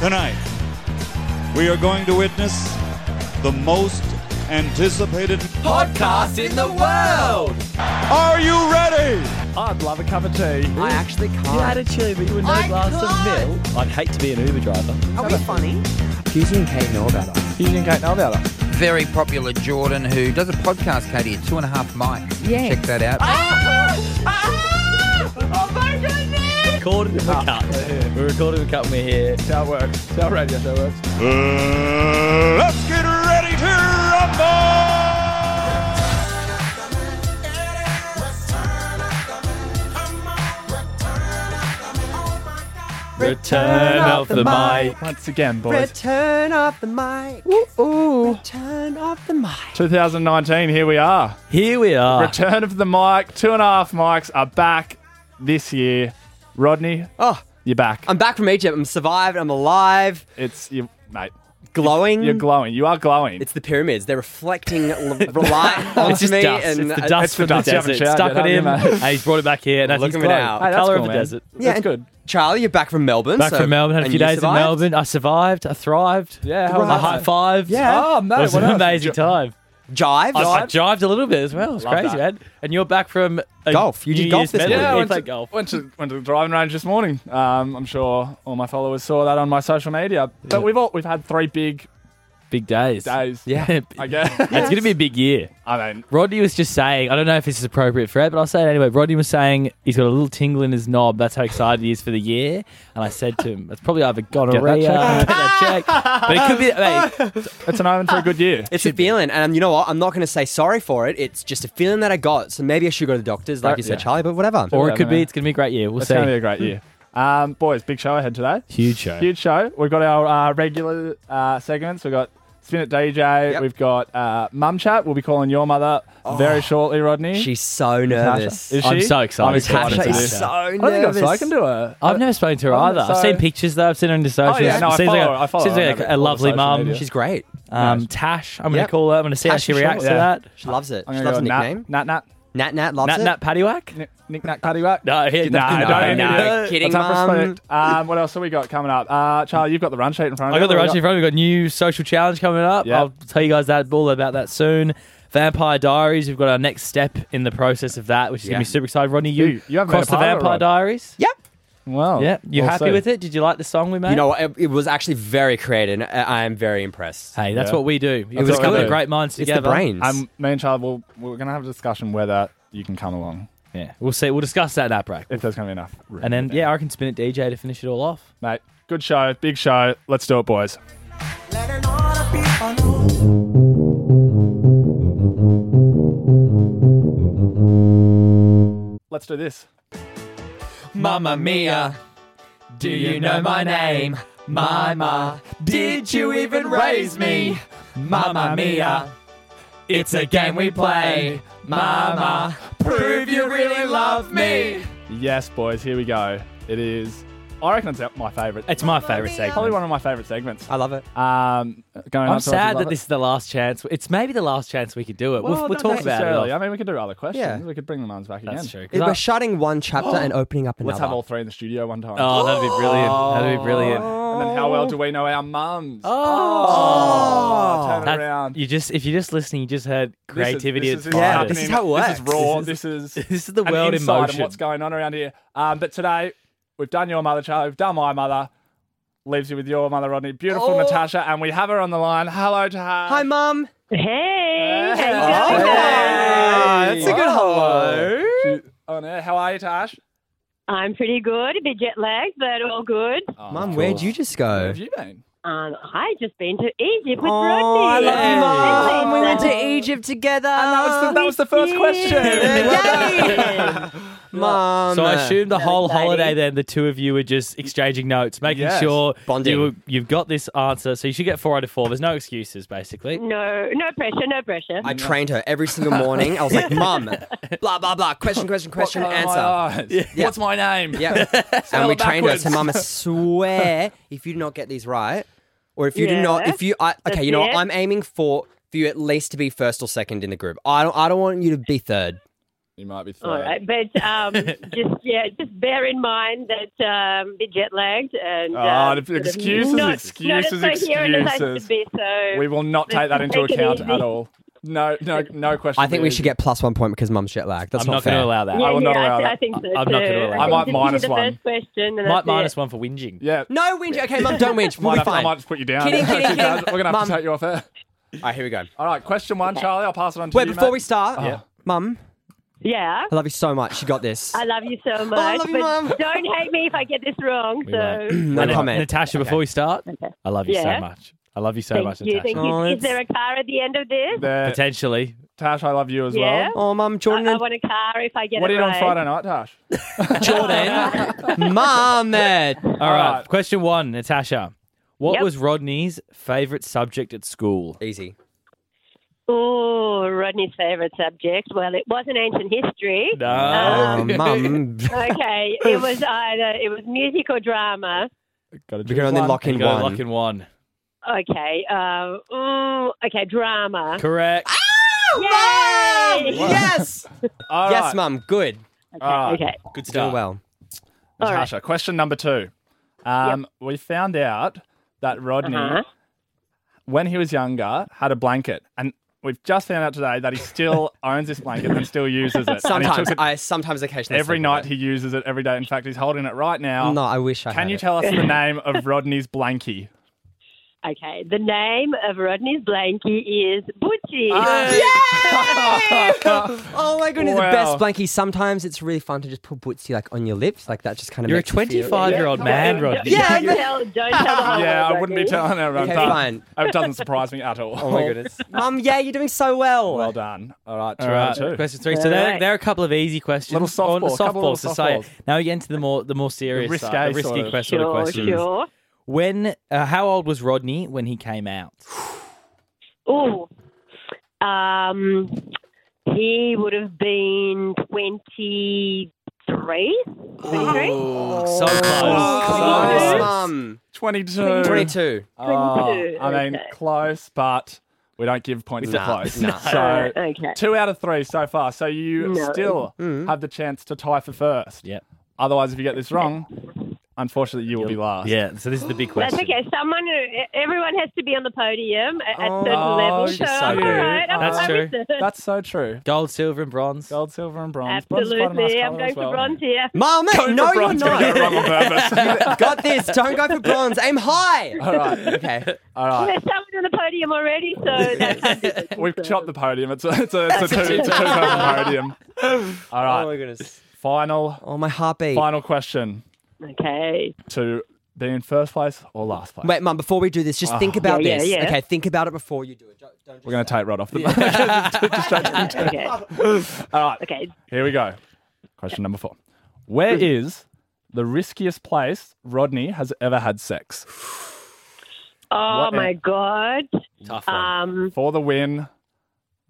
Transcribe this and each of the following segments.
Tonight, we are going to witness the most anticipated. podcast in the world. Are you ready? I'd love a cup of tea. I actually can't. You had a chili, but you wouldn't have a glass of milk. I'd hate to be an Uber driver. Are we funny? Husey and Kate know about us. You didn't know about it. very popular Jordan who does a podcast, Katie, at two and a half mics. Yes. Check that out. Recorded in the Ah. cut. We're recording the cut when we're here. That's how it works. That's how radio show works. Uh, let's get ready to rumble! Return of the mic. Once again, boys. Return off the mic. Ooh. Turn off the mic. 2019, here we are. Here we are. Return of the mic. Two and a half mics are back this year. Rodney, Oh, you're back. I'm back from Egypt. I'm survived. I'm alive. it's you, mate. Glowing. You're glowing. You are glowing. it's the pyramids. They're reflecting l- light onto Oh, it's just me. dust. And it's the I- dust It's the from dust. the You haven't desert. showered Stuck yet, it in. have you, mate? and he's brought it back here. That's Look his at me glow. now. Hey, that's Colour of cool, the man. desert. Yeah, That's and good. Charlie, you're back from Melbourne. Back so- from Melbourne. Had a and few you days survived? in Melbourne. I survived. I thrived. Yeah, how Right. I was high that? fived. Yeah. Oh, mate. It was what an else? amazing time. Jive. I, I jived a little bit as well. It's Love crazy, that. man. And you're back from a Golf. You New did golf Year's this medley. week. Yeah, Yeah, I you went to, played golf. went to went to the driving range this morning. Um, I'm sure all my followers saw that on my social media. But we've all we've had three big Big days. days. Yeah. I guess. It's going to be a big year. I mean, Rodney was just saying, I don't know if this is appropriate for it, but I'll say it anyway. Rodney was saying he's got a little tingle in his knob. That's how excited he is for the year. And I said to him, it's probably either gonorrhea, checked out." get that check. But it could be, mate, it's an omen for a good year. It's a feeling, and you know what? I'm not going to say sorry for it. It's just a feeling that I got. So maybe I should go to the doctors, like Right, you said, yeah. Charlie. But whatever. or I it could don't be, know. it's going to be a great year. We'll It's going to be see. a great year. Um, boys, big show ahead today. Huge show. Huge show. We've got our uh, regular uh, segments. We've got Spin It DJ. Yep. We've got uh, Mum Chat. We'll be calling your mother very shortly, Rodney. She's so nervous. Is she? I'm so excited. I'm excited. Tasha for is this. so I don't think I've spoken to her. I've never spoken to her I'm either. I've Oh, so- seen pictures though. I've seen her in the socials. Oh, yeah, no, I seems follow like a, her. I follow seems her on like every- a, a all the lovely social mum. media. She's She's great. um, Tash. I'm going Yep. to call her. I'm going to see how Tash she for sure, reacts to yeah. that. She loves it. I'm She gonna loves go a nickname. Nat, nat, Nat Nat loves Nat, it. Nat Paddywhack? nat. Nick, nick, nat, paddy, whack. No, he- No, no, I don't no, need no. it. Kidding, Let's have Mum. respect. Um, what else have we got coming up? Uh, Charlie, you've got the run sheet in front of I you. got Oh, the What rush we in front of me. We've got a new social challenge coming up. Yeah. I'll tell you guys that all about that soon. Vampire Diaries. We've got our next step in the process of that, which is Yeah. gonna be super exciting. Rodney, you, You- you haven't crossed made the a pilot, Vampire Rod. Diaries. Yep. Wow. Yeah. You Well happy said. with it? Did you like the song we made? You know, what? it, it was actually very creative. and I, I am very impressed. Hey, that's Yeah. what we do. It That's was a what couple we of do. great minds It's together. the brains. Um, me and Charlie, we'll, we're going to have a discussion whether you can come along. Yeah. We'll see. We'll discuss that in our break. if there's going to be enough. room. And then yeah, I can spin it DJ to finish it all off. mate, good show, big show. Let's do it, boys. Let's do this. Mamma mia, do you know my name? Mama, did you even raise me? Mamma mia, it's a game we play. Mama, prove you really love me. Yes, boys, here we go. It is. I reckon it's my favourite. It's my favorite probably segment. one of my favourite segments. I love it. Um, going I'm up to sad Love that It. this is the last chance. It's maybe the last chance we could do it. We'll, Well, we'll Oh, not talk about it. necessarily. off- I mean, we could do other questions. Yeah. We could bring the mums back again. That's true. 'Cause We're I- shutting one chapter and opening up another. Let's have all three in the studio one time. Oh, that'd be brilliant. That'd be brilliant. And then how well do we know our mums? Oh. turn it That- around. You just if you're just listening, you just heard This is- creativity. This is, it's what's Yeah, fine. this is happening. how it This is works. raw. This This is this is the an world in insight on motion. what's going on around here. Um, but today we've done your mother, Charlie. We've done my mother. Leaves you with your mother, Rodney. Beautiful Oh. Natasha, and we have her on the line. Hello to her. Hi, mum. Hey, Hey. how you Oh, going? yeah. That's a good hello. She- on air. How are you, Tash? I'm pretty good, a bit jet lagged, but all good. Oh, Mum, cool. where'd you just Where go? have you been? Um, I just been to Egypt with Oh, I Rodney. love Hey. you, mum. Hey. We went to Egypt together. And That was the, that was the first yeah. question. Mum. So I assume the whole exciting. holiday then the two of you were just exchanging notes, making Yes. sure Bonding. You, you've got this answer. So you should get four out of four. There's no excuses Mm. basically. No, no pressure, no pressure. I trained her every single morning. I was like, Mum, blah, blah, blah, question, question, question, Colour in my answer. eyes. Yeah. What's my name? Yeah. and we trained her. So, backwards. Mum, I swear, if you do not get these right, or if you do Yeah. not, if you, I, okay, That's you know, what? it. I'm aiming for for you at least to be first or second in the group. I don't, I don't want you to be third. You might be third. All right, but um, just yeah, just bear in mind that um, a bit jet lagged and Ah, um, the sort of excuses, not, excuses, not as coherent as I should excuses. be, so We will not let's take that just into take it account easy. at all. No, no, no question. I think we should get plus one point because mum's jet lag. That's I'm not, not fair. going to allow that. Yeah, I will not yeah, allow I, that. I think so. I- I'm not too. gonna allow I that. think I might just do minus the one. First question and Might that's minus it. one for whinging. Yeah. No, whinge. Okay, mum, don't whinge. We'll Might be have to- I fine. might just put you down. Kidding, kidding, kidding. We're gonna have Mum. to take you off air. All right, here we go. All right, question one, Charlie. I'll pass it on to Wait, you. before mate. we start, Yeah. mum, Yeah. I love you so much. You got this. I love you Oh, so much. I love you, but Mum. Don't hate me if I get this wrong. So no And, uh, comment. Natasha, before we start, I love you Yeah. so much. I love you so thank much, you. Natasha. Thank you. Oh, Is it's- there a car at the end of this? There, Potentially. Tash, I love you as Yeah. well. Oh, mum, I, Jordan, I want a car if I get What it did on right. Friday night, Tash? Jordan, mum, that. All right. right. Uh, Question one, Natasha. What Yep. was Rodney's favourite subject at school? Easy. Oh, Rodney's favourite subject. Well, it wasn't ancient history. Uh, Um, mum, okay, it was either it was music or drama. we can only lock You in got one. to lock in one. Okay, um, ooh, okay, drama. Correct. Ah! Yay! Yes, All yes, right, mum. Good. all right. Okay, Good Doing start. well. all right. Natasha, question number two. Um, We found out that Rodney, Uh-huh. when he was younger, had a blanket. And we've just found out today that he still owns this blanket and still uses it. And he took Sometimes it I sometimes occasionally sleep every with night it. he uses it every day. In fact, he's holding it right now. No, I wish I. Can had you it. tell us the name of Rodney's blankie? Okay, the name of Rodney's blankie is Butchie. Ah, Oh my goodness, Wow. the best blankie. Sometimes it's really fun to just put Bootsy like on your lips, like that. Just kind of. You're a makes you feel- 25 year old man, Rodney. Yeah, don't tell, don't tell the whole yeah, world, I wouldn't be Rodney. telling everyone. Okay, but fine. Oh, It doesn't surprise me at all. Oh my goodness, mum. Yeah, you're doing so well. Well done. All right, two All right, out of two. question three. So there, Alright. there are a couple of easy questions. Little softball, On- couple little softballs to say. softballs. Now we get into the more the more serious, risque side, the risky sort of. quest- sort of Sure, questions. sure. When, uh, how old was Rodney when he came out? Ooh. Um, he would have been 23. 23? Oh, Oh. So close. Close, Close. Oh, mum. 22. 22. Oh, I mean, Okay. close, but we don't give points to Nah, close. nah. So, okay. two out of three so far. So, you No. still have the chance to tie for first. Yep. Otherwise, if you get this wrong, unfortunately, you will be last. Yeah, so this is the big That's question. okay. Someone, e-, everyone has to be on the podium at, at certain Oh, levels. So, she's so I'm all cute. right. I'm That's all right true. with it. That's so true. Gold, silver, and bronze. Gold, silver, and bronze. Bronze is quite a nice Absolutely. I'm colour going as well. for bronze here. Mum, no, you're not. Wrong on purpose. Got this. Don't go for bronze. Aim high. All right. Okay. All right. There's someone on the podium already, so that's We've chopped the podium. It's a, it's a, it's a, two, it's a two person podium. All Oh right. my goodness. Final, Oh my heartbeat. final question okay. to be in first place or last place. Wait, mum. Before we do this, just Ah. think about Yeah, yeah, this. yeah. Okay, think about it before you do it. Don't- don't just We're going to take Rod off the Okay. All right. Okay. Here we go. Question number four. Where Hmm. is the riskiest place Rodney has ever had sex? Oh What uh, a- my god. Tough one. Um. For the win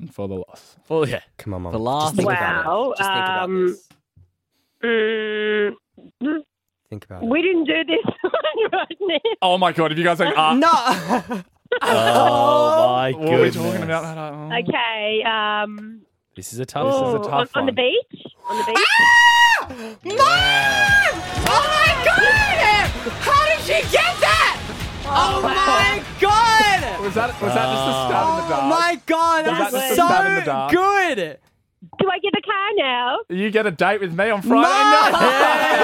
and for the loss. Well, yeah. Come on, mum. The last- Just think about Wow, it. Just think about um, this. mm, Think about it. we didn't do this one, Rodney. Oh my God. If you guys think, ah, No. Oh my what are we goodness. talking about? I don't know. Okay. Um. This is a ooh, tough is one. a tough on, on one. Ah! the beach. On the beach. Mom! Oh my god! How did she get that? Oh my god! Was that, was that just the start of the Oh dark? my god, Was that's that the so stab in the dark? good! Do I get the car now? You get a date with me on Friday No! night.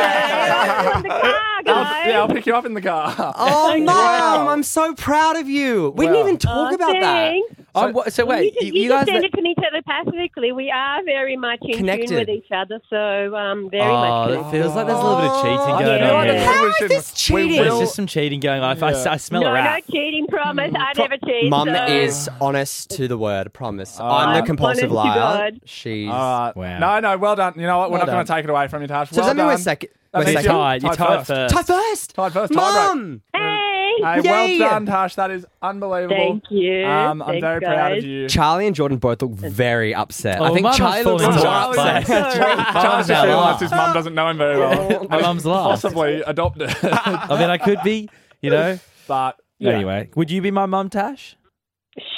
I'm in the car, I'll, yeah, I'll guys. pick you up in the car. Oh mom, I'm so proud of you. We Wow. didn't even talk Oh, about thanks. that. Oh, what- so you wait, can, you, you you can guys. send it to me telepathically. We are very much in Connected. tune with each other, so um, very Oh, much. it connected. feels like there's a little bit of Oh, cheating going yeah. on Yeah. here. How is this We cheating? There's will- just some cheating going on. If I, Yeah. I smell No, a no rat. cheating, promise. Mm. I never cheat. Mum so- is honest to the word, promise. I'm right. the compulsive Honest to liar. God. She's. All right. Wow. No, no, well done. You know what? We're Well not going to done. take it away from you, Tash. So does well that mean we're done. second? That We're means You're you- second. tied. You're Tied tied first. first. Tie first. Tied first, tied right. Mum. Hey. Hey, Yay. well done, Tash. That is unbelievable. Thank you. Um, I'm Thanks, very proud of guys. you. Charlie and Jordan both look very upset. Oh, I think Mum Charlie is looks falling more apart. upset. Charles Mum's our just realised laugh. his mum doesn't know him very well. My mum's laugh. Possibly adopted. I mean, I could be, you know. but yeah. Anyway, would you be my mum, Tash?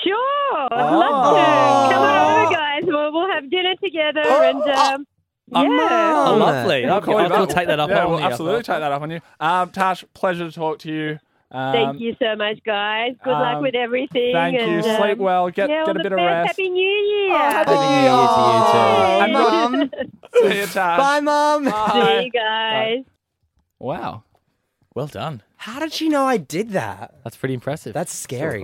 Sure. Oh, I'd love to. Come on Oh. over, guys. We'll, we'll have dinner together and. Um, yeah. Oh, lovely. I'll, Call you I'll, back. take that up. Yeah, on we'll the absolutely offer. take that up on you. Um, Tash, pleasure to talk to you. Um, Thank you so much, guys. Good luck um, with everything. thank you. and, um, Sleep well. Get- yeah, get all a the bit of best. rest. Oh, Happy New Year. Happy New Year to you too. And Mum. Mum, See you, Tash. Bye, mum. See Bye. you guys. Wow. Well done. How did she know I did that? That's pretty impressive. That's scary.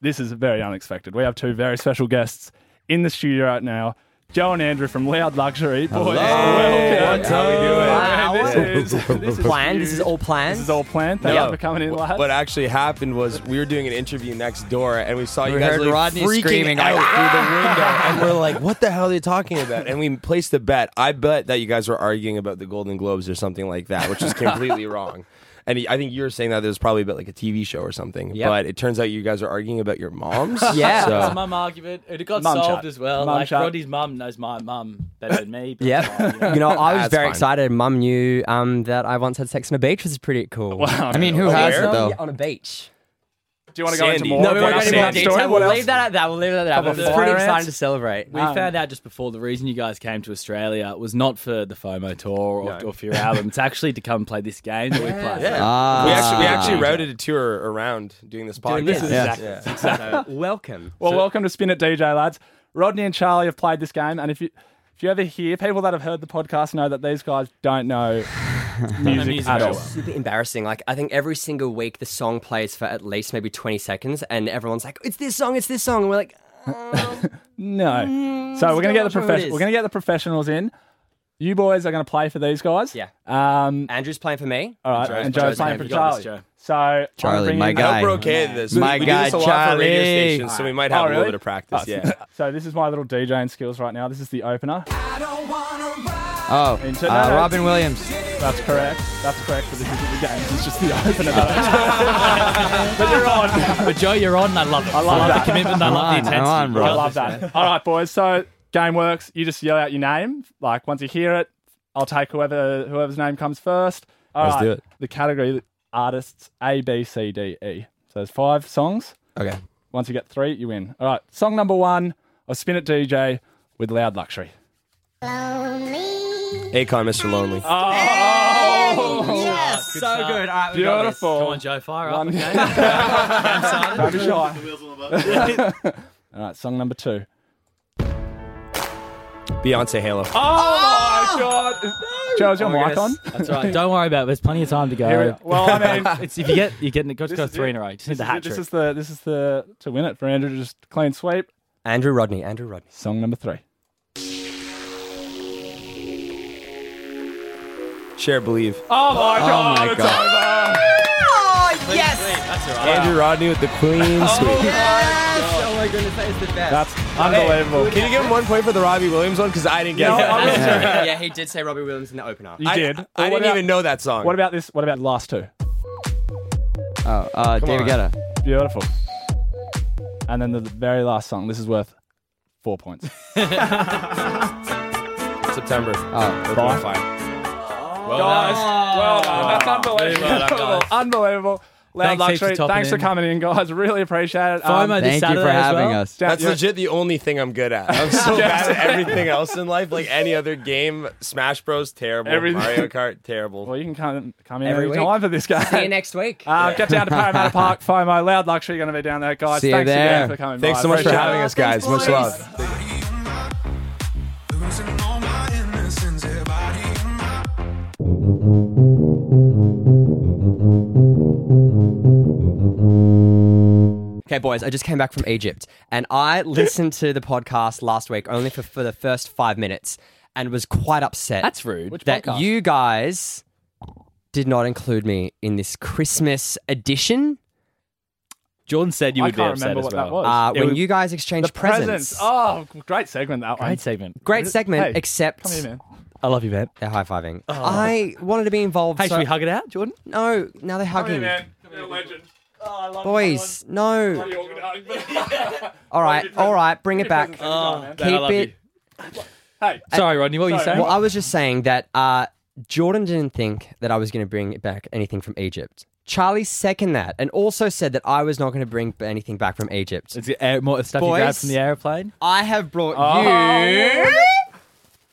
This is very unexpected. We have two very special guests in the studio right now. Joe and Andrew from Loud Luxury. Boys, welcome. What's up? Man, this is, this is Planned. This huge. is all planned. This is all planned. Thank you for coming in, lads. What actually happened was we were doing an interview next door, and we saw you guys heard like Rodney freaking screaming, out like, through the window, and we're like, "What the hell are they talking about?" And we placed a bet. I bet that you guys were arguing about the Golden Globes or something like that, which is completely wrong. And I think you were saying that there's probably about like a TV show or something, Yep. but it turns out you guys are arguing about your moms. Yeah. So- It's a mum argument. It got Mum solved chat. as well. Mum like chat. Roddy's mum knows my mum better than me. but, uh, you know. You know, I was That's very fine. excited. Mum knew um, that I once had sex on a beach, which is pretty cool. Wow. I mean, who has it Um, though? yeah, on a beach. Do you want to go into Sandy. more? No, of we what won't happened go in into that more story? detail. What We'll else? leave that at that. We'll leave it at that. Couple But it's of pretty fire exciting ants. to celebrate. Um, We found out just before the reason you guys came to Australia was not for the FOMO tour or, or for your album. It's actually to come play this game that we play. we actually we actually routed a tour around doing this podcast. Doing Ah. this. Exactly. Welcome. Well, welcome to Spin It DJ, lads. Rodney and Charlie have played this game, and if you if you ever hear people that have heard the podcast know that these guys don't know music, music at at all. all. Super embarrassing. Like I think every single week the song plays for at least maybe twenty seconds, and everyone's like, "It's this song, it's this song," and we're like, Mm, No. So still we're gonna get not sure what the it professionals. is. We're gonna get the professionals in. You boys are gonna play for these guys. Yeah. Um. "Andrew"'s playing for me. All right. Joe's and Joe's playing playing. for You got Charlie. this, Joe. So I'm Charlie, bringing my up- I hope guy. we're okay at this. My we do this a guy, lot for radio Charlie. stations, so we might Oh, have a little really? bit of practice. Oh, yeah. So this is my little DJing skills right now. This is the opener. Oh, Into- no, uh, no. Robin Williams. That's correct. That's correct. But this isn't the game. This is just the opener. but you're on. But Joe, you're on. and I love it. I love that. the commitment. I love the on, intensity. come on, bro. I love that. All right, boys. So game works. You just yell out your name. Like once you hear it, I'll take whoever whoever's name comes first. All Let's right, do it. The category artists A B C D E. So there's five songs. Okay. Once you get three, you win. All right. Song number one. I'll spin it, DJ, with Loud Luxury. Akon, Mr. Lonely. So good. All right, we got this. Beautiful. Come on, Joe. Fire up. One- Okay. Don't be shy. All right. Song number two. Beyonce Halo. Oh, my God. Joe, is your my mic on? goodness. That's all right. Don't worry about it. There's plenty of time to Here go. we- Well, I mean, It's, if you get, you get, got to go is three it. in a row. You just need This the is, hat it. this trick. is the this is the to win it for Andrew to just clean sweep. Andrew Rodney. Andrew Rodney. Song number three. Share Believe. Oh my god, my it's Oh, Andrew Rodney with the Queen. Sweet. Oh my goodness, that is the best. That's unbelievable. Can you give him one point for the Robbie Williams one? Because I didn't get No, that. I'm not- yeah, he did say Robbie Williams in the opener. you I, did. I, Well, what didn't about- even know that song. What about this? What about the last two? Oh, uh, David on. Guetta. Beautiful. And then the very last song. This is worth four points. September? Oh, Open Bye. fire. guys, well done. That's unbelievable. Well done, guys. unbelievable. Loud Thanks heaps for luxury. topping Thanks for in. coming in, guys. Really appreciate it. FOMO this thank you for Saturday as having well? us. down- That's yeah. legit the only thing I'm good at. I'm so bad at everything else in life. Like any other game, Smash Bros. terrible, Everything. Mario Kart terrible. Well, you can come come in Every every, week. time for this guy. See you next week. Uh, Get down to Parramatta Park, FOMO, Loud Luxury, going to be down there, guys. See you Thanks again there. for coming. Thanks by. so much for Appreciate it. having us, guys. Much love. Okay, boys, I just came back from Egypt and I listened to the podcast last week only for, for the first five minutes and was quite upset That's rude. that podcast? you guys did not include me in this Christmas edition. Jordan said you I would be can't upset remember as what well. that Uh, was. It when was you guys exchanged the presents. Oh, great segment that one. Great segment. Great segment, Hey, except Come here, man. Oh. I love you, man. they're high fiving. I wanted to be involved. Hey, so- should we hug it out, Jordan? no, now they're hugging. You're a legend. Boys, no. All right, all right, bring it back. Oh, Keep it. Hey, Sorry, Rodney. What were you Sorry. saying? Well, I was just saying that uh, Jordan didn't think that I was going to bring back anything from Egypt. Charlie second that and also said that I was not going to bring b- anything back from Egypt. It's air, more stuff you grabbed Boys. from the airplane. I have brought you.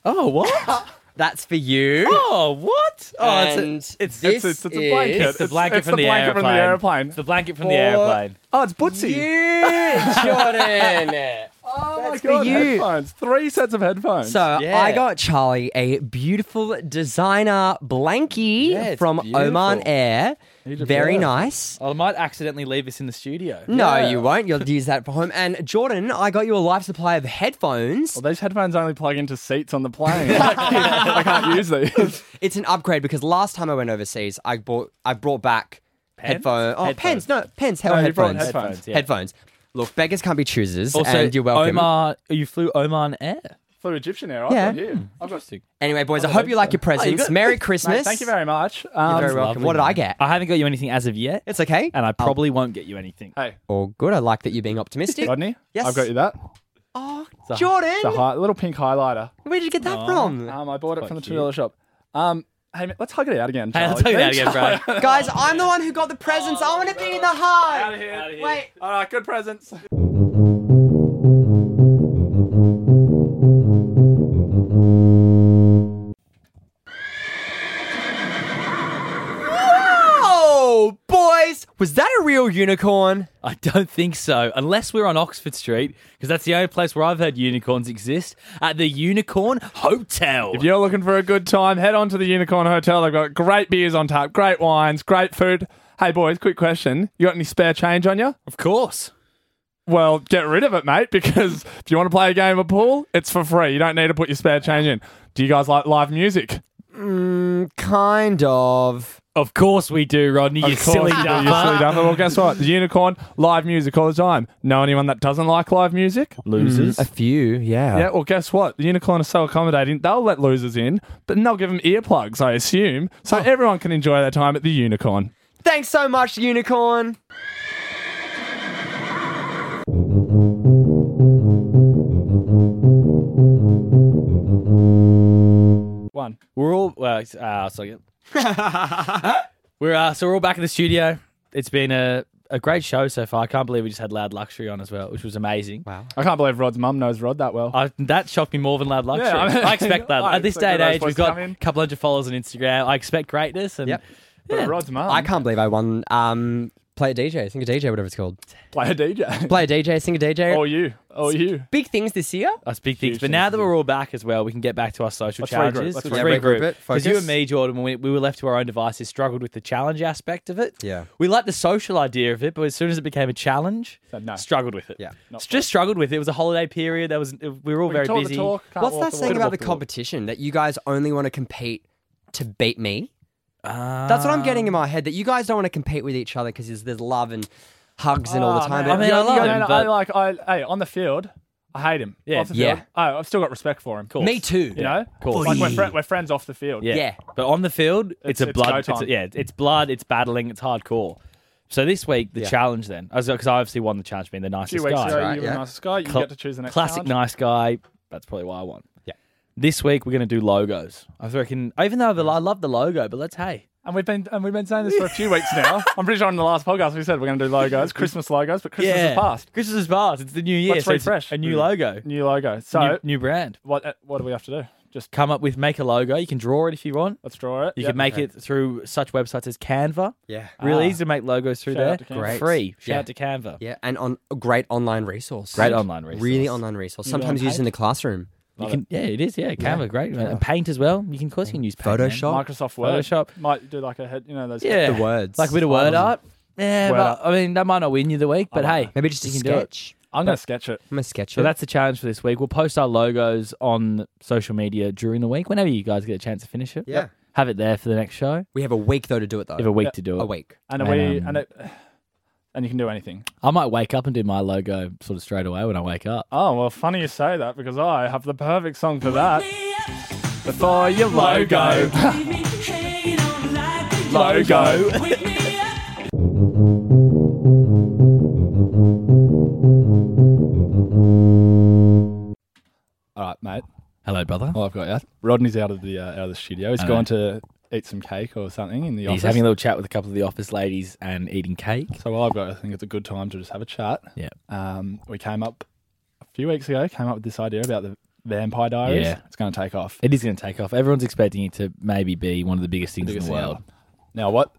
Oh what? That's for you. oh what? Oh, it's a, and it's- this It's, it's a blanket. is It's the blanket it's from the the blanket from the airplane. Oh, airplane. it's the blanket from the Or- airplane. Oh, it's Bootsy. you, Jordan. Oh my That's for god, you. headphones. Three sets of headphones. So Yeah. I got Charlie a beautiful designer blankie Yeah, it's from beautiful. Oman Air. Very nice. I might accidentally leave this in the studio. No, you won't. You'll use that for home. And Jordan, I got you a life supply of headphones. Well, those headphones only plug into seats on the plane. I can't use these. It's an upgrade because last time I went overseas, I bought I brought back headphones. Oh, Headphones. pens. No, pens. Hell, No, you brought headphones. headphones. yeah. Headphones. Look, beggars can't be choosers. Also, and you're welcome. Omar, you flew Oman Air. Flew Egyptian Air. I Yeah. thought you. I've got Anyway, boys, I Oh, hope you like your presents. Merry Christmas. Mate, thank you very much. Um, You're very welcome. What did I get? I haven't got you anything as of yet, It's okay. and I probably won't get you anything. Hey, all good. I like that you're being optimistic. Rodney. Yes. I've got you that. Oh, a- Jordan, It's a hi- little pink highlighter. where did you get that from? Um, I bought it from the quite two dollar shop. Um, hey, ma- let's hug it out again. Hey, I'll Charlie. tell you that again, bro. Guys, I'm the one who got the presents. Oh, I want to be in the heart. Outta here. Wait. All right, good presents. Oh, boys, was that a real unicorn? I don't think so, unless we're on Oxford Street, because that's the only place where I've heard unicorns exist at the Unicorn Hotel. If you're looking for a good time, head on to the Unicorn Hotel. They've got great beers on tap, great wines, great food. Hey, boys, quick question. You got any spare change on you? of course. Well, get rid of it, mate, because if you want to play a game of pool, it's for free. You don't need to put your spare change in. Do you guys like live music? Kind of. Of course we do, Rodney, you Of course silly you do, dumb. you silly dumb. Well, guess what? The Unicorn, live music all the time. Know anyone that doesn't like live music? Losers. A few, yeah. Yeah, well, guess what? The unicorn is so accommodating. They'll let losers in, but then they'll give them earplugs, I assume, so everyone can enjoy their time at the unicorn. Thanks so much, unicorn. One. We're all well, uh, uh, sorry. we're uh, so we're all back in the studio. It's been a, a great show so far. I can't believe we just had Loud Luxury on as well, which was amazing. Wow. I can't believe Rod's mum knows Rod that well. I, that shocked me more than Loud Luxury. Yeah, I I, mean- expect that I at this day and expected those age. boys We've to got come in. a couple hundred followers on Instagram. I expect greatness. And Yep. But Rod's mum. I can't believe I won. Um, play a DJ, sing a DJ, whatever it's called. play a DJ. Play a DJ, sing a DJ. Oh, Or you. Or you. Big things this year. us big things. But now that we're all back as well, we can get back to our social Let's regroup. challenges. Let's regroup. regroup it. Because you Focus. and me, Jordan, when we, we were left to our own devices, struggled with the challenge aspect of it. Yeah. We liked the social idea of it, but as soon as it became a challenge, Said no. struggled with it. Yeah. S- just struggled with it. It was a holiday period. That was we were all very busy. What's that saying about the competition that you guys only want to compete to beat me? Ah. That's what I'm getting in my head. That you guys don't want to compete with each other because there's, there's love and hugs and all the time. Ah, man. I mean, I Yeah, yeah, love no, him, no, but- I like, I, hey, on the field, I hate him. Yeah. Off the Yeah. field, I, I've still got respect for him. Cool. me too. You know? course. Like, we're, fri- we're friends off the field. Yeah. Yeah. But on the field, it's, It's- a it's blood. go It's, a- time. yeah, it's blood. It's battling. It's hardcore. So this week, the challenge then, because I obviously won the challenge being the A few nicest weeks guy. ago, right, you were yeah. the nicest guy. You Cla- get to choose the next classic challenge. nice guy. That's probably why I won. Yeah. This week we're going to do logos. I reckon, even though the- I love the logo, but let's hey, And we've been and we've been saying this for a few weeks now. I'm pretty sure on the last podcast we said we're going to do logos, Christmas logos, but Christmas is past. Christmas is past. It's the new year. Let's so it's refresh. a new Mm. logo, New logo. So new, new brand. what uh, what do we have to do? Just Come up with make a logo. You can draw it if you want. let's draw it. You Yep. can make it through such websites as Canva. Yeah. Real Ah. easy to make logos through Shout there. out to Canva. Great. Free. Shout Yeah. out to Canva. Yeah, and on a great online resource. Great online resource. Really online resource. Sometimes don't used in the classroom. You can, yeah, it is. Yeah, Canva, great. And paint as well. You can, of course, you can use paint, man. Photoshop. Microsoft Word. Oh, Photoshop. Might do like a head, you know those. Yeah, The words. like a bit of word Styles. art. Yeah, Word but art. I mean that might not win you the week, but hey, Maybe just a you can do it. sketch. I'm going to sketch it. I'm a sketch. So it. that's the challenge for this week. We'll post our logos on social media during the week, whenever you guys get a chance to finish it. Yeah. Have it there for the next show. we have a week though to do it though. You have a week Yeah. to do it. A week. And And, we um, and it and you can do anything. I might wake up and do my logo sort of straight away when I wake up. Oh well, funny you say that because I have the perfect song for that. Before your logo, logo. All right, mate. Hello. note, brother. Oh, I've got that. Rodney's out of the uh, out of the studio. He's I gone to eat some cake or something in the He's office. having a little chat with a couple of the office ladies and eating cake. so while I've got, I think it's a good time to just have a chat. Yeah. Um, we came up a few weeks ago. Came up with this idea about the Vampire Diaries. Yeah. It's going to take off. It is going to take off. Everyone's expecting it to maybe be one of the biggest things Biggest in thing the world. ever. Now, what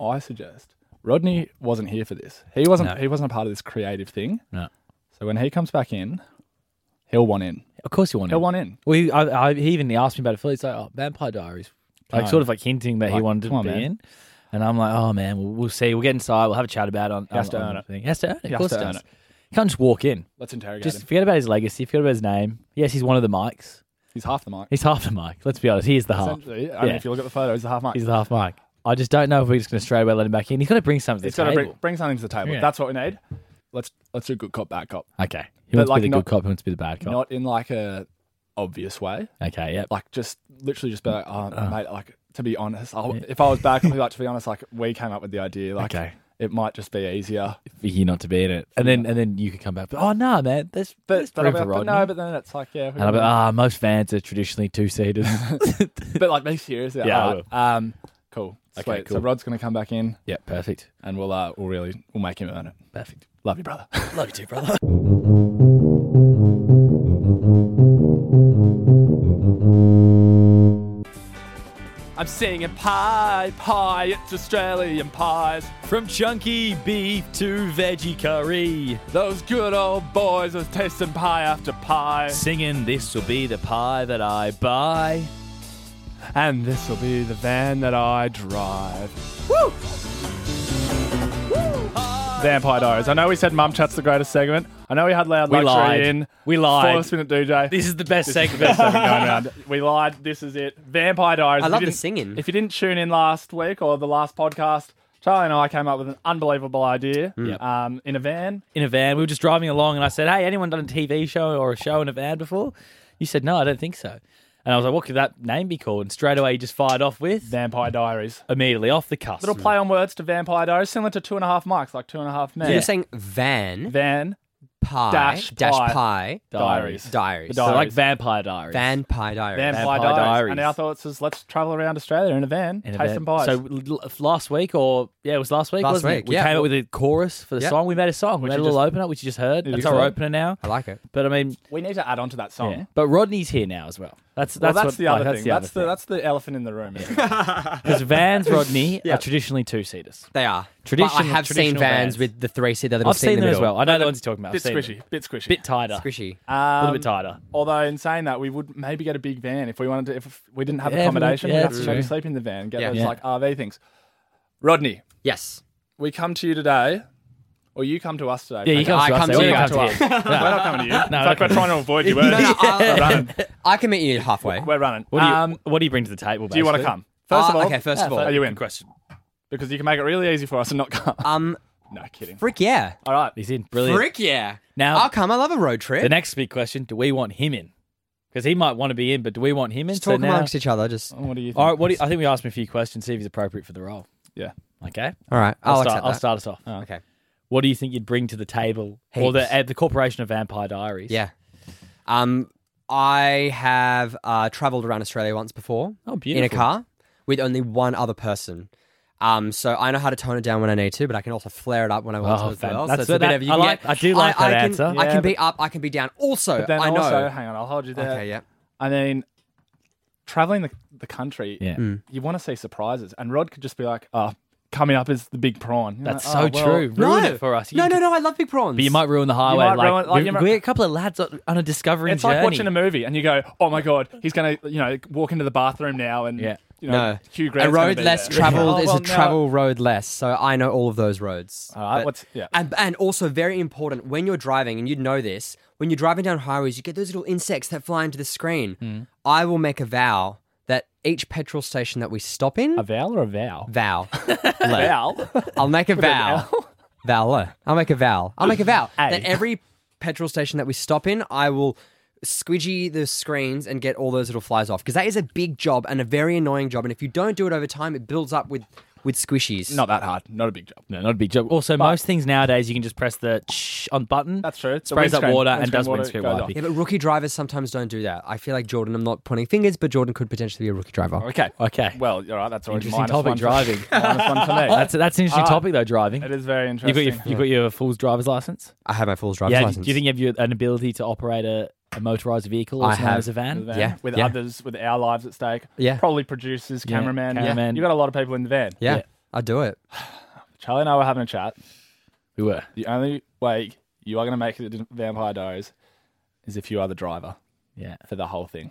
I suggest, Rodney wasn't here for this. He wasn't. No. He wasn't a part of this creative thing. No. So when he comes back in, he'll want in. Of course, you want He'll it. want in. We, I, I, he even asked me about it. Philly, he's like, "Oh, Vampire Diaries," like on. sort of like hinting that he Oh. Like, wanted to come on, be man. in. And I'm like, "Oh man, we'll, we'll see. We'll get inside. We'll have a chat about it." On, He has on- to on earn the it. thing. He has to earn it. He of has course, to he earn does. it. He can't just walk in. Let's interrogate Just him. forget about his legacy. Forget about his name. Yes, he's one of the mics. He's half the mic. He's half the mic. Let's be honest. He is the half. Essentially, I mean, Yeah. if you look at the photo, he's the half mic. He's the half mic. I just don't know if we're just going to straight away let him back in. He's got to bring something He's to got the to table. bring, bring something to the table. Yeah. That's what we need. Let's let's do good cop bad cop. okay. He But, wants like, to be the not- good cop. He wants to be the bad cop. Not in like a obvious way. okay. Yep. Like just literally just be like, oh, Uh. mate. Like to be honest, I'll, if I was back, I'd be like to be honest. Like we came up with the idea. Like Okay. it might just be easier. For you not to be in it, and then and then you could come back. But, oh no, man. There's But, there's but, I'll room be for like, but Rodney. no, but then it's like yeah. And I'll be like, ah, most fans are traditionally two seaters. but like be serious. Yeah, "Ah." Yeah, I alright. Um, cool. Okay, Sweet. So cool. Rod's gonna come back in, yeah, perfect. and we'll uh, we'll really we'll make him earn it. Perfect. Love you, brother. Love you too, brother. I'm singing pie, pie. It's Australian pies. From chunky beef to veggie curry, Those good old boys was tasting pie after pie. singing this will be the pie that I buy. And this will be the van that I drive. Woo! Vampire Diaries. I know we said Mum Chat's the greatest segment. I know we had Loud We Luxury lied. in. We lied. Four Spin It DJ. This is the best segment. Best segment going around. We lied. This is it. Vampire Diaries. I If love you the didn't- singing. If you didn't tune in last week or the last podcast, Charlie and I came up with an unbelievable idea Mm. Yep. um, in a van. in a van. We were just driving along, and I said, "Hey, anyone done a TV show or a show in a van before?" You said, "No, I don't think so." And I was like, "What could that name be called?" And straight away, you just fired off with Vampire Diaries. immediately off the cuff. Little play on words to Vampire Diaries, similar to Two and a Half Mics, like Two and a Half Men. You're saying van Van pie dash pie. dash pie Diaries. diaries. So The like Diaries. Vampire Diaries. Van pie diaries. Vampire, Vampire Diaries. Diaries. And our thoughts is let's travel around Australia in a van, In a taste van. some pies. So l- l- last week, or yeah, it was last week. Last wasn't week, it? we yeah. came up with a chorus for the Yeah. song. We made a song. We Which made a you little just- opener, which you just heard. It That's is our cool. opener now. I like it. But I mean, we need to add on to that song. yeah. but Rodney's here now as well. That's Well, that's, Oh. that's, what- the other like, thing. That's the, that's the elephant in the room. isn't it? because Vans Rodney are traditionally two seaters. They are. Traditional- but I have seen traditional vans, vans. with the three seat, the little I've seat in seen the them as Uh, middle. well. I know the ones you're talking about. I've bit seen them. squishy. Bit squishy. bit tighter, Squishy. a Um, little bit tighter. Although in saying that, we would maybe get a big van if we wanted to. If we didn't have Yeah, accommodation, yeah, we'd have that's to maybe true. sleep in the van. Get Yeah. those Yeah. like RV things. Rodney, Yes. we come to you today, or you come to us today. Yeah, you Fraser. come I to us. come they to all you. come to us. We're not coming to you. In fact, okay. we're trying to avoid you. We're, No, no, we're I'll- running. I can meet you halfway. We're running. What do you, um, what do you bring to the table? do you want to basically? come? Ah, First of Uh, all, okay, first of all. are you in? Question. Because you can make it really easy for us and not come. Um, no kidding. frick yeah. All right. He's in. Brilliant. Frick yeah. Now I'll come. I love a road trip. the next big question: Do we want him in? Because he might want to be in, but do we want him in? Just So talk now- amongst each other. Just What do you think? All right. What do you, I think we asked him a few questions. See if he's appropriate for the role. Yeah. Okay. all right. I'll, start. accept I'll that. start us off. Okay. What do you think you'd bring to the table, or Heaps. the uh, the corporation of Vampire Diaries? Yeah. Um, I have uh, traveled around Australia once before. Oh, beautiful. In a car with only one other person. Um, so I know how to tone it down when I need to, but I can also flare it up when I want Oh, to as fan- well. that's so it's a bit what- of you I can like- get- I do like I, that I can, answer. I Yeah, can be up. I can be down. Also, Then I know. also, hang on, I'll hold you there. okay. Yeah. I mean, traveling the, the country, Yeah. you want to see surprises. And Rod could just be like, oh, coming up is the big prawn. You're That's like, so "Oh, well, true. Ruin it for us. You No, can- no, no. I love big prawns. But you might ruin the highway. might like, ruin- like, you we're, might- we're a couple of lads on on a discovering It's journey. like watching a movie and you go, oh my God, he's going to, you know, walk into the bathroom now and, Yeah. you know, no. Hugh Grant's a gonna road be less there. traveled Oh, is well, a no. travel road less. So I know all of those roads. All right, But- what's, yeah. And, and also very important when you're driving, and you'd know this, when you're driving down highways, you get those little insects that fly into the screen. Hmm. I will make a vow that each petrol station that we stop in, A vowel or a vow? vow, Vowel? I'll make a vow, vow, I'll make a vow, I'll make a vow that every petrol station that we stop in, I will squidgy the screens and get all those little flies off because that is a big job and a very annoying job. And if you don't do it over time, it builds up with. with squishies. Not that hard. Not a big job. No, not a big job. Also, most things nowadays you can just press the ch- on button. That's true. It's a Sprays up windscreen. water and Windscreen does water windscreen goes wiping. Yeah, but rookie drivers sometimes don't do that. I feel like Jordan. I'm not pointing fingers, but Jordan could potentially be a rookie driver. Okay. Okay. Well, all right. That's already Interesting minus topic, one for- driving. minus one for me. That's that's an interesting Ah. topic though. Driving. it is very You got interesting. your you got your fool's driver's license. I have my fool's driver's Yeah. license. Do you think you have your, an ability to operate a, a motorized vehicle? I Also known have. as a van. in the van Yeah, with yeah. others, with our lives at stake. Yeah. Probably producers, Yeah, cameraman. cameraman. You got a lot of people in the van. Yeah, Yeah. I do it. Charlie and I were having a chat. We were. The only way you are going to make it to Vampire Diaries is if you are the driver Yeah. for the whole thing.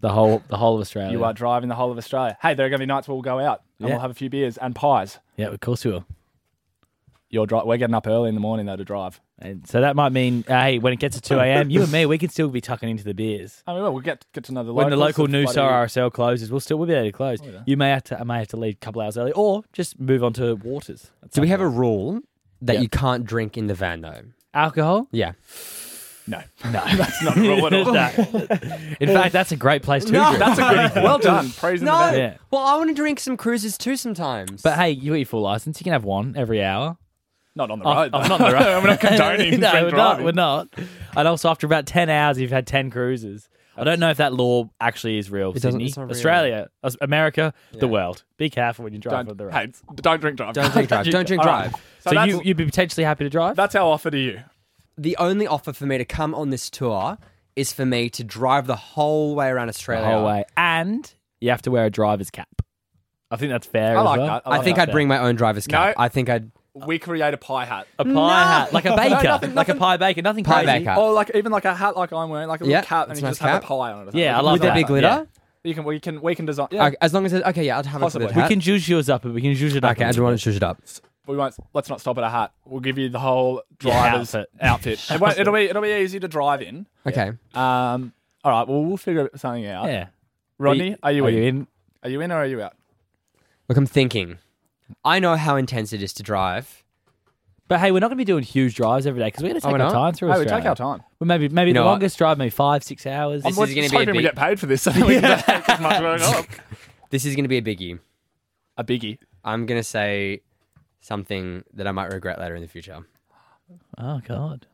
The whole the whole of Australia. You are driving the whole of Australia. Hey, there are going to be nights where we'll go out and Oh, Yeah. we'll have a few beers and pies. Yeah. Of course we will. You're dri- We're getting up early in the morning though to drive. And so that might mean, uh, hey, when it gets to 2 a.m., you and me, we can still be tucking into the beers. I mean, well, we'll get get to know the When the locals, local it's new bloody- Oh, RSL closes, we'll still we'll be able to close. You may have to, I may have to leave a couple hours early, or just move on to waters. Do we have a rule that Yeah. you can't drink in the van though? alcohol? Yeah. No, no, that's not a rule at all. In fact, that's a great place to drink. That's a good. Well done. Praise the No. van. Yeah. Well, I want to drink some cruises too sometimes. But hey, you got your full license. You can have one every hour. Not on the Off- road. off- though. Oh, not on the road. we're not condoning no, drink we're not, driving. we're not. And also, after about 10 hours, you've had 10 cruises. I don't know if that law actually is real. doesn't- Sydney, it's not real. Australia, Aus- America, the world. Be careful when you drive on Don't, the road. hey, don't drink drive. Don't drink drive. Don't drink All right. drive. So, so that's, you, you'd be potentially happy to drive? that's our offer to you. the only offer for me to come on this tour is for me to drive the whole way around Australia. whole way. And you have to wear a driver's cap. I think that's fair. I as like well. that. I I, like think that. I'd bring my own driver's cap. No. I think I'd We create a pie hat. A pie hat, like a baker, like a pie baker, nothing pie crazy. back up. Or Oh, like even like a hat like I'm wearing, like a little Yeah, cap, and it's you a nice just have a cap. pie on it. Yeah, I love Would that. there be glitter? You can we can we can design. Yeah, Okay, as long as it, okay, yeah, I'd have Possibly. a We glitter We hat. can juice yours up. We can juice it up. okay, I just want to shush it up. we won't. Let's not stop at a hat. We'll give you the whole Yeah, driver's outfit. outfit. it won't, it'll be it'll be easy to drive in. Okay, Um, all right. Well, we'll figure something out. Yeah. Rodney, are you, Are in? you in? Are you in or are you out? look, I'm thinking. I know how intense it is to drive. But hey, we're not going to be doing huge drives every day because we're going to take we're our not? time through Oh, Hey, we Australia. take our time. Well, maybe maybe the You know what? longest drive, maybe five six hours. This We're is going just to be a hoping we big, get paid for this. So that we can take as much work off. This is going to be a biggie. A biggie. I'm going to say something that I might regret later in the future. Oh God.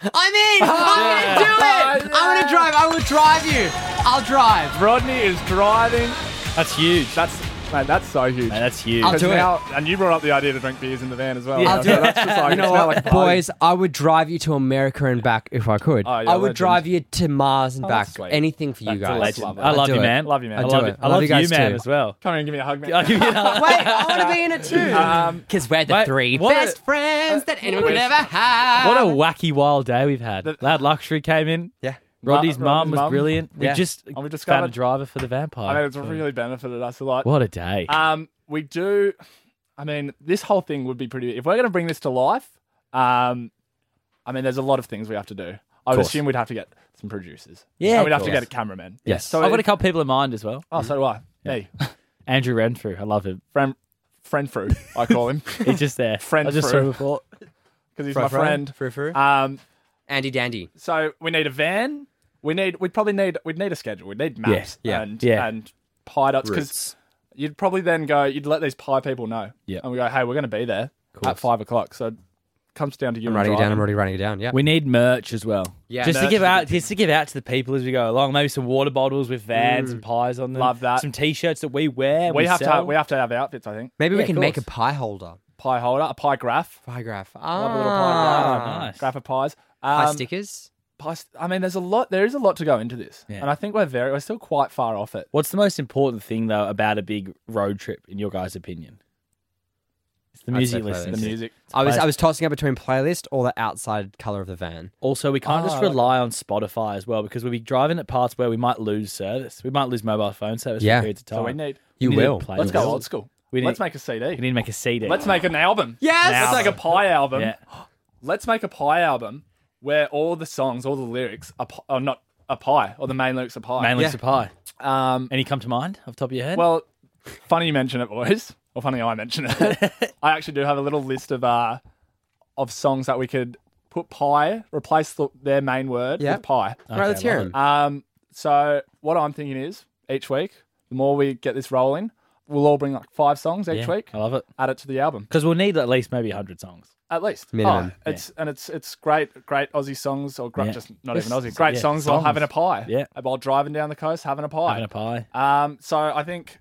I'm in. I'm going to do it. I'm going to drive. Ah! I will drive you. I'll drive. Rodney is driving. That's huge. That's mate. That's so huge. that's huge. I'll 'Cause do it. now- And you brought up the idea to drink beers in the van as well. Yeah. I'll So do it. That's just like, You know it's now what, like a party. boys? I would drive you to America and back if I could. Oh, yeah, I would legend. Oh, drive you to Mars and that's back. sweet. Anything for you That's a guys. legend. I I'd love do you, it. man. Love you, man. I I'd love do you. it. I love you guys man too. as well. Come here and give me a hug, man. I'll give you that. Wait, I want to be in it too. Um, Because we're the Wait, three what a- best friends that anyone could ever have. What a wacky wild day we've had. Loud luxury came in. yeah. Rodney's Ro- mum Rodney's was mum. brilliant. We Yeah. just we found discovered- a driver for the I mean, vampire. it's really benefited us a lot. What a day. Um, we do. I mean, this whole thing would be pretty. If we're going to bring this to life, um, I mean, there's a lot of things we have to do. I would course. assume we'd have to get some producers. Yeah, and we'd of have to course. get a cameraman. Yes. So I've got a if- couple people in mind as well. oh, so do I. Me, Andrew Renfrew, I love him. friend, friend fruit. I call him He's just there. Friend I just saw through. him before. because he's my friend. Frou frou. Um, Uh, Andy Dandy. so we need a van. We need. We'd probably need. We'd need a schedule. We'd need maps. yeah, and yeah. and pie dots because you'd probably then go. You'd let these pie people know. Yeah. and we go. Hey, we're going to be there at Course. five o'clock. So. it Comes down to you. I'm and writing it down. driving. I'm already writing it down. Yeah. We need merch as well. Yeah, just to merch give is a out, just to give out to the people as we go along. Maybe some water bottles with vans and pies on them. Mm. Love that. Some t-shirts that we wear. and we have to sell. have, we have to have outfits. I think Maybe Yeah, we can of make a course. pie holder. pie holder, a pie graph, Pie graph. a little Ah. pie Ah, nice. graph of pies, um, Pie stickers. pie st- I mean, there's a lot. There is a lot to go into this, Yeah. and I think we're very we're still quite far off it. What's the most important thing though about a big road trip in your guys' opinion? It's the music say listening. The to. music. I was playlist. I was tossing up between playlist or the outside color of the van. Also, we can't Ah, just rely on Spotify as well because we'll be driving at parts where we might lose service. We might lose mobile phone service Yeah. for periods of time. So we need. You need a will. playlist. Let's go old school. We need- Let's make a We CD. need to make a CD. Let's make an album. Yes! Let's make a pie album. Yeah. Let's make a pie album where all the songs, all the lyrics are, pi- are not a pie, or the main lyrics are pie. mainly Yeah. supply. Um, Any come to mind off the top of your head? Well, funny you mention it, boys. Or funny I mention it. I actually do have a little list of uh of songs that we could put pie, replace the, their main word Yeah. with pie. All right, let's hear him. Um, so what I'm thinking is each week, the more we get this rolling, we'll all bring like five songs each Yeah, week. I love it. Add it to the album. Because we'll need at least maybe 100 songs. At least. Minimum. Oh, it's and it's it's great, great Aussie songs or great, Yeah. just not It's- even Aussie. Great yeah, songs, while songs. having a pie. Yeah. While driving down the coast, having a pie. Having a pie. Um, so I think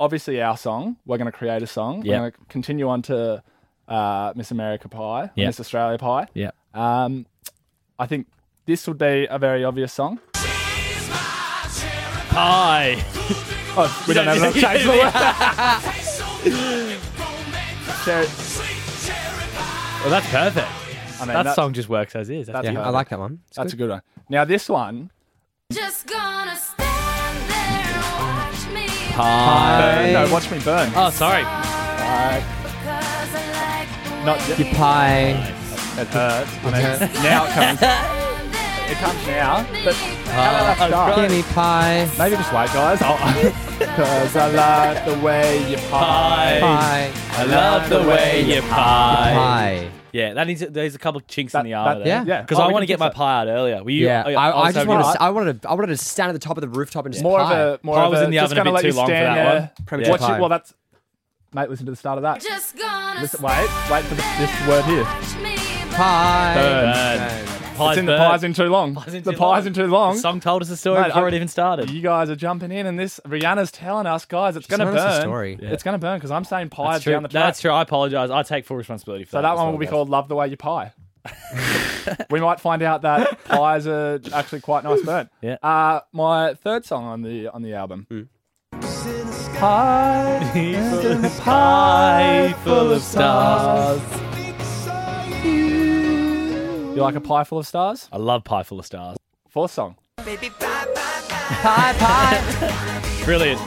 obviously our song, we're going to create a song. Yeah. We're going to continue on to uh, Miss America Pie, Yeah. Miss Australia Pie. Yeah. Um, I think this would be a very obvious song. Pie. Oh, we don't have enough change for that. Well, that's perfect. I mean, That that's, song just works as is. That's That's yeah. perfect. I like that one. It's that's good. a good one. Now this one, Just gonna stand there and watch me burn, no, watch me burn. Oh, sorry. because I like the way Not yet. Your pie. It hurts. I mean, now it comes. It comes now. But how about that start? Gimme pie. Maybe just wait, guys. Because I like the way you pie. Pie. I love the way you pie. Pie. Yeah, that needs. There's a couple of chinks in That- the armor that- there. yeah. because Oh, I we want to can get my fix pie out earlier. Were you? Yeah, oh, I, I was just hoping- wanted hot. to, I wanted to, I wanted to stand at the top of the rooftop and just More pie. of a more Pie of was a, in the just oven a gonna bit let too you long for stand that there. one. Primitive Watch pie. it. Well, that's mate. Listen to the start of that. Just gonna Listen, wait, wait for the, this word here. watch me pie. Burn. Pie's It's in the burnt. pies in too long. in the too pies long. in too long. The song told us the story Mate, before I'm- it even started. You guys are jumping in, and this Rihanna's telling us, guys, it's going to telling us a burn. story. It's going to burn because I'm saying pie That's true. down the track. That's true. I apologize. I take full responsibility for So that. that as one well, will be guys. called "Love the Way You Pie." we might find out that pies are actually quite nice burnt. Yeah. Uh, my third song on the on the album. Pie in the Pie full of stars. You like a pie full of stars? I love Pie Full of Stars. Fourth song. Pie, pie. Brilliant.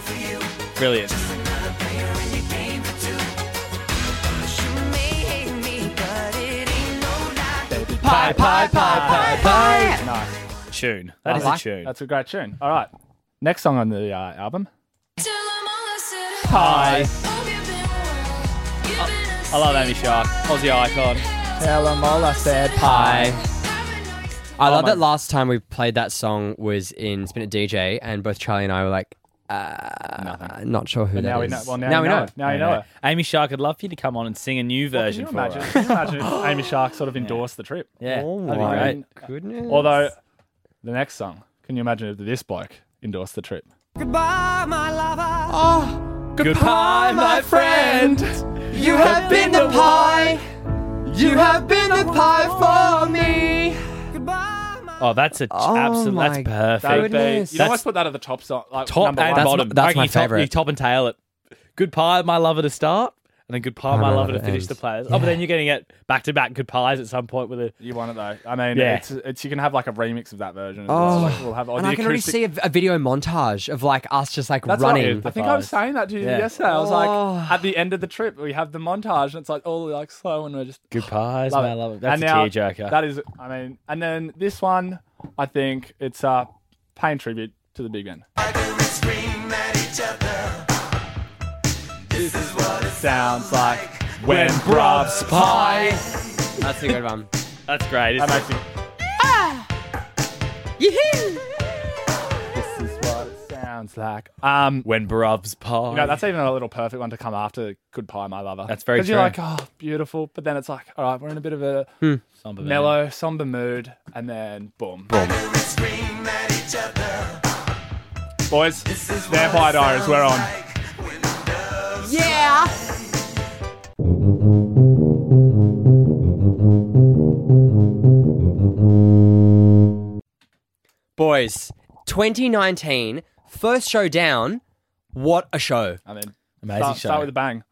Brilliant. Pie, pie, pie, pie, pie. Tune. That is like- a tune. That's a great tune. All right. Next song on the uh, album. till I'm molested. Pie. Hope oh, you've been warned. You've been I love Amy Shark. Aussie icon. Tell 'em all I said Pie. having I love my- that last time we played that song was in Spin It DJ, and both Charlie and I were like, uh, not sure who that Now we is. know. Well, now, now you we know. know. it. Now you know it. Amy Shark, I'd love for you to come on and sing a new Can you version for imagine? us. Can you imagine if Amy Shark sort of endorsed the trip? Yeah. Oh that'd be my great. goodness. Although, the next song, can you imagine if this bloke endorsed the trip? Goodbye, my friend. you have been the pie. You have been the pie for me. Oh, that's a Oh absolute. That's my perfect. That would be- Goodness. you know, That's- let's put that at the top song, like top number and one. bottom. that's Reckon my you top- favourite. You top and tail it. Good pie, my lover to start, and then good pie, my, lover to at finish end. the players. Oh, but then you're going to get back to back good pies at some point with a. You want it though. I mean, Yeah. it's, it's you can have like a remix of that version. As Oh. well. Like, we'll have all And the I can already acoustic- see a, a video montage of like us just like That's running. Right. I think I was saying that to you Yeah. yesterday. I was Oh. like, at the end of the trip, we have the montage, and it's like all like slow, and we're just Good pies, love my it. lover. That's and a now, tearjerker. That is, I mean, and then this one, I think it's uh, paying tribute to the big man. This is what it sounds like when bruvs pie. That's a good one. that's great. That Isn't it? makes me. This is what it sounds like. Um, When bruvs pie. you know, that's even a little perfect one to come after "Good Pie, My Lover." That's very Because you're like, true. Hmm. oh, beautiful, but then it's like, all right, we're in a bit of a Somber man. mellow, somber mood, and then boom, boys, Vampire Diaries, we're on. Boys, 2019, first show down. What a show. I mean, Amazing start, show. Oh. start with a bang.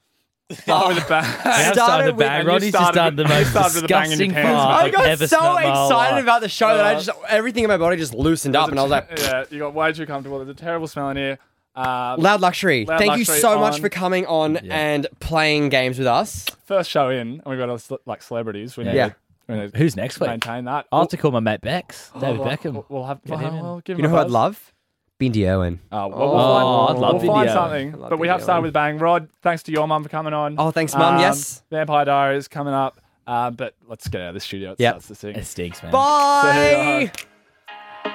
Start with a We bang. have Started started with- with bang. and you Roddy's just started done the with- you most started with a bang in your disgusting pants. fart I I I've got ever so smelled in my excited life. about the show that I just Uh, everything in my body just loosened up, and I was like, yeah, you got way too comfortable. There's a terrible smell in here. Um, "Loud Luxury, Loud thank you Luxury so much on. for coming on and playing games with us." first show in, and we've got all the cele- like celebrities. We need, Yeah. to, we need to Who's next week? maintain that. I'll have to call my mate Bex, David We'll- Beckham. We'll, we'll have. him in. Well, we'll give You him know a who I'd buzz. love? Bindi Owen. Oh, well, we'll Oh, find, I'd love we'll find video. something. I'd love But we have video. started with Bang. Rod, thanks to your mum for coming on. Um, Oh, thanks, Mum, yes. Vampire Diaries coming up. Uh, but let's get out of the studio. It Yep. starts to sing. It stinks, man. Bye. uh,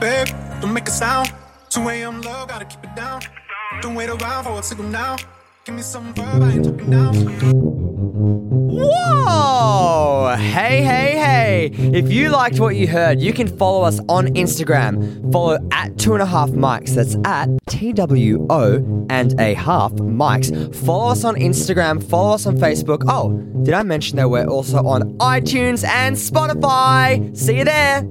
Babe, don't make a sound. Two AM love, gotta keep it down. Don't wait around for a signal now. Give me some verb, I ain't talking now. Whoa! Hey, hey, hey! If you liked what you heard, you can follow us on Instagram. Follow at two and a half mics. That's at T W O and a half mics. Follow us on Instagram. Follow us on Facebook. Oh, did I mention that we're also on iTunes and Spotify? See you there.